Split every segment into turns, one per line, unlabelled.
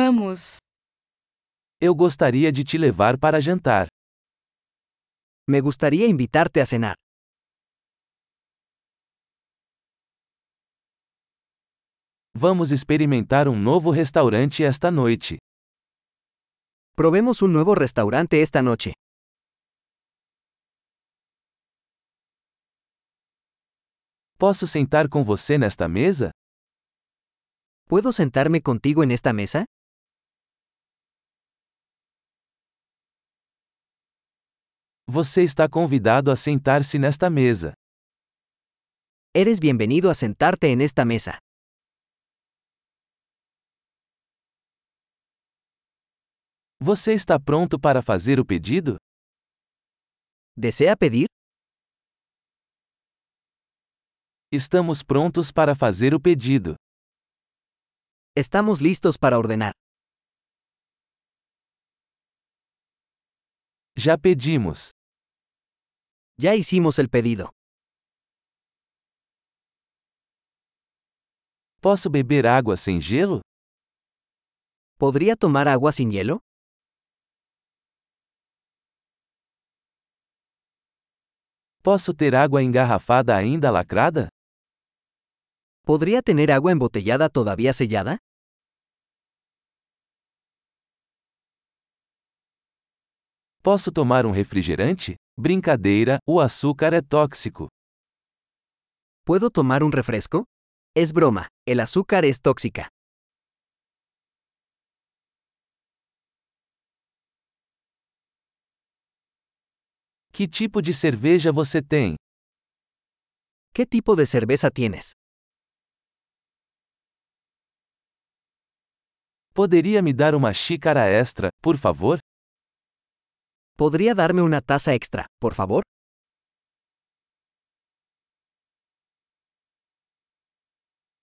Vamos.
Eu gostaria de te levar para jantar.
Me gustaría invitarte a cenar.
Vamos experimentar um novo restaurante esta noite.
Probemos un nuevo restaurante esta noche.
Posso sentar com você nesta mesa?
¿Puedo sentarme contigo en esta mesa?
Você está convidado a sentar-se nesta mesa.
Eres bienvenido a sentarte en esta mesa.
Você está pronto para fazer o pedido?
¿Desea pedir?
Estamos prontos para fazer o pedido.
Estamos listos para ordenar.
Já pedimos.
Ya hicimos el pedido.
Posso beber água sem gelo?
¿Podría tomar agua sin hielo?
Posso ter água engarrafada ainda lacrada?
¿Podría tener agua embotellada todavía sellada?
Posso tomar um refrigerante? Brincadeira, o açúcar é tóxico.
¿Puedo tomar un refresco? Es broma, el azúcar es tóxica.
Que tipo de cerveja você tem?
¿Qué tipo de cerveza tienes?
Poderia me dar uma xícara extra, por favor?
¿Podría darme una taza extra, por favor?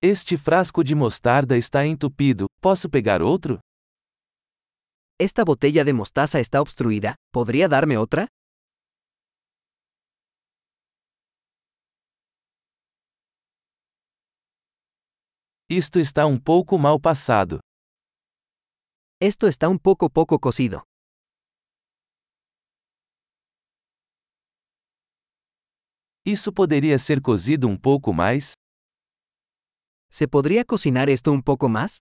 Este frasco de mostarda está entupido. Posso pegar outro?
Esta botella de mostaza está obstruida, ¿podría darme otra?
Isto está um pouco mal passado.
Esto está un poco poco cocido.
Isso poderia ser cozido um pouco mais?
¿Se podría cocinar esto un poco más?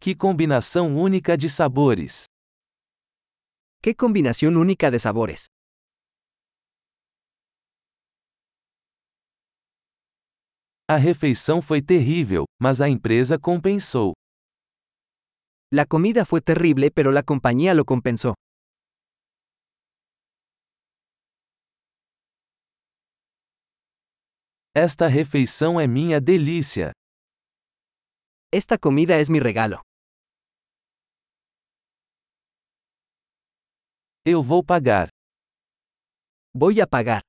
Que combinação única de sabores!
¡Qué combinación única de sabores!
A refeição foi terrível, mas a empresa compensou.
La comida fue terrible pero la compañía lo compensó.
Esta refeição é minha delícia.
Esta comida es mi regalo.
Eu vou pagar.
Voy a pagar.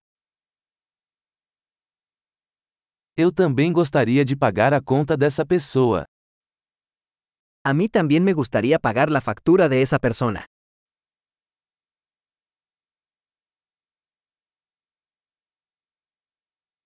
Eu também gostaria de pagar a conta dessa pessoa.
A mí también me gustaría pagar la factura de esa persona.